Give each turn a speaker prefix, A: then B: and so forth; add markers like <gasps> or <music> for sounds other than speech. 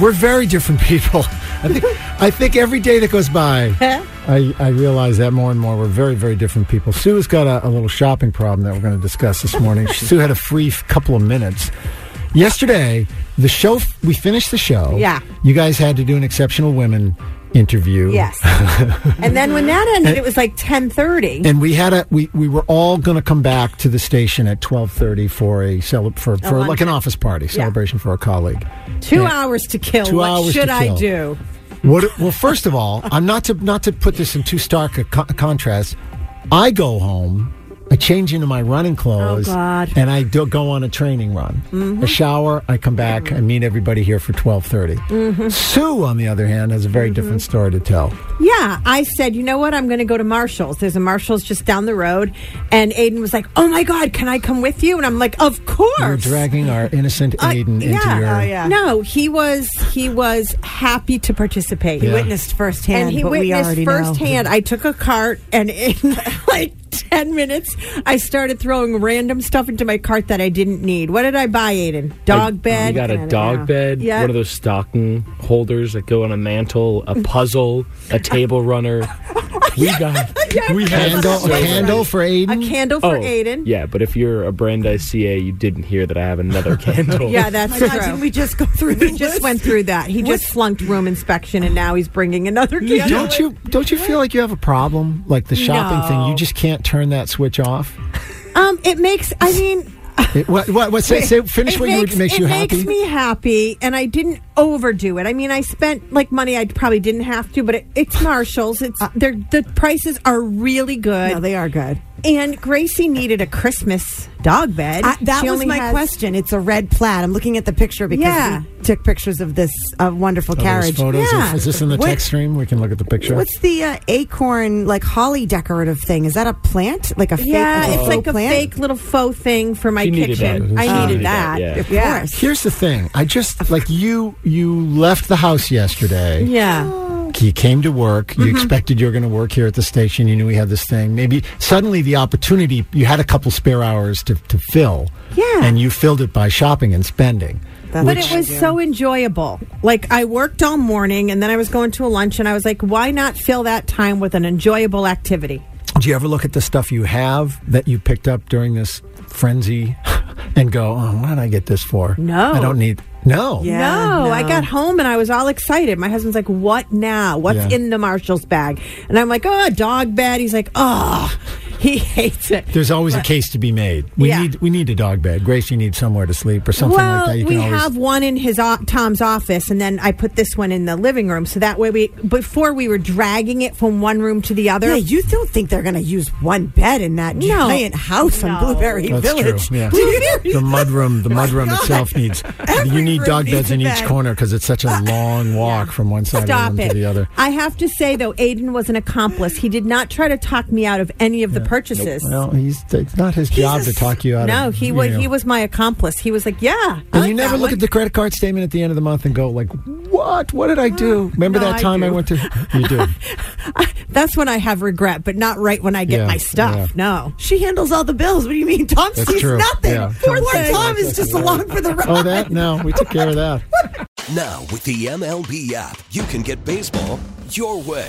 A: We're very different people. I think I think every day that goes by, I, I realize that more and more. We're very very different people. Sue has got a, a little shopping problem that we're going to discuss this
B: <laughs>
A: morning. Sue had a free f- couple of minutes yesterday. The show f- we finished the show.
B: Yeah.
A: you guys had to do an exceptional women interview. <laughs>
B: Yes. and then when that ended, it was like ten thirty.
A: and we had a we, we were all going to come back to the station at 12:30 for a cele- for, for
B: lunch.
A: like an office party celebration for a colleague.
B: Two
A: Yeah.
B: hours to kill.
A: Two
B: what
A: hours
B: should
A: to
B: I
A: kill.
B: do?
A: What well first of all, I'm not to not to put this in too stark a co- contrast. I go home I change into my running clothes
B: Oh, God. Mm-hmm.
A: and I do go on a training run. A shower, I come back, I meet everybody here for 12:30.
B: Mm-hmm.
A: Sue on the other hand has a very different story to tell.
B: Yeah, I said, you know what? I'm going to go to Marshall's. There's a Marshall's just down the road, and Aiden was like, "Oh my God, can I come with you?" And I'm like, "Of course."
A: You're dragging our innocent
B: I-
A: Aiden into
B: Uh, yeah.
A: your
C: Oh, yeah.
B: No, he was he was happy to participate.
A: Yeah.
C: Witnessed firsthand,
B: and he
C: but we
B: witnessed
C: already know.
B: firsthand. I took a cart, and in <laughs> like ten minutes, I started throwing random stuff into my cart that I didn't need. What did I buy, Aiden? Dog bed.
D: You got a dog bed,
B: Yeah.
D: one of those stocking holders that go on a mantle, a puzzle, a table runner.
B: <laughs>
D: We got we had
A: candle,
D: so-
A: a candle for
B: a
A: Aiden.
B: candle for Aiden.
D: Oh, Yeah, but if you're a brand ICA, you didn't hear that I have another <laughs> candle.
B: Yeah, that's
C: My
B: true.
C: God, didn't we just go through the
B: He just
C: list?
B: went through that. He just flunked room inspection, and now he's bringing another candle.
A: Don't you don't you feel like you have a problem? Like the shopping thing, you
C: No.
A: just can't turn that switch off.
B: Um, it makes. I mean,
A: It, what, what, what, say, say, finish
B: it
A: what
B: makes,
A: you, makes
B: it
A: you
B: makes
A: happy.
B: me happy, and I didn't overdo it. I mean, I spent like money I probably didn't have to, but it, it's Marshalls. It's they're, the prices are really good,
C: No, they are good.
B: and Gracie needed a Christmas dog bed.
C: I, that
B: She
C: was
B: only
C: my
B: has-
C: question. It's a red plaid. I'm looking at the picture because
B: Yeah.
C: we took pictures of this uh, wonderful
A: Oh, there's
C: carriage.
A: Photos
B: Yeah.
A: of, is this in the
C: What-
A: text stream? We can look at the picture.
C: What's the uh, acorn like holly decorative thing? Is that a plant? Like a fake,
B: Yeah,
C: a
B: it's
C: faux
B: like a
C: plant?
B: fake little faux thing for my
D: She needed
B: kitchen.
D: that. She
B: I needed
D: needed
B: that.
D: that,
C: Of
B: Yeah.
C: course.
A: Here's the thing. I just like you. You left the house yesterday.
B: Yeah.
A: You came to work. You expected you were going to work here at the station. You knew we had this thing. Maybe suddenly the opportunity. You had a couple spare hours to to fill.
B: Yeah.
A: And you filled it by shopping and spending.
C: That's
A: which-
B: But it was so enjoyable. Like I worked all morning and then I was going to a lunch and I was like, why not fill that time with an enjoyable activity?
A: Do you ever look at the stuff you have that you picked up during this frenzy <laughs> and go, oh, what did I get this for?
B: No.
A: I don't need. No.
C: Yeah.
B: no, I
C: no.
B: got home and I was all excited. My husband's like, "What now? What's
A: Yeah.
B: in the Marshall's bag?" And I'm like, "Oh, a dog bed." He's like, "Oh, <laughs> he hates it."
A: There's always a case to be made. We
B: Yeah.
A: need we need a dog bed. Grace, you need somewhere to sleep or something like
B: well,
A: that. You
B: we
A: always-
B: have one in his o- Tom's office, and then I put this one in the living room. So that way, we before we were dragging it from one room to the other.
C: Yeah, you don't think they're going to use one bed in that
B: No.
C: giant house in
B: No.
C: Blueberry
A: That's
C: Village?
A: true.
C: <laughs>
A: Yeah.
C: Do you hear
A: the mudroom. The
B: <laughs> Oh
A: mudroom itself needs. you
C: Every
A: need
C: room
A: dog
C: needs
A: beds
C: a
A: in each
C: bed.
A: corner because it's such a long walk from one side
B: Uh, Stop
A: of the room
B: it.
A: to the other.
B: I have to say, though, Aiden was an accomplice. He did not try to talk me out of any of the purchases.
A: Well, he's it's not his job
C: a
A: to
C: s-
A: talk you out.
B: No,
A: of,
B: he
A: you
B: was
A: know.
B: he was my accomplice. He was like, "Yeah." I
A: And
B: like
A: you never
B: that
A: look
B: one.
A: at the credit card statement at the end of the month and go like, "What? What did I do?"
B: <gasps>
A: Remember
B: no,
A: that
B: I
A: time I,
B: do.
A: went to? You
B: <laughs>
A: do.
B: That's when I have regret, but not right when I get
A: Yeah,
B: my stuff.
A: yeah.
B: No.
C: She handles all the bills. What do you mean? Tom
A: That's
C: sees
A: true.
C: nothing.
A: Yeah.
C: Poor
A: Tom
C: Tom,
A: sees
C: is just along for the ride.
A: oh, that? No, we took care of that.
E: Now, with the MLB app, you can get baseball your way.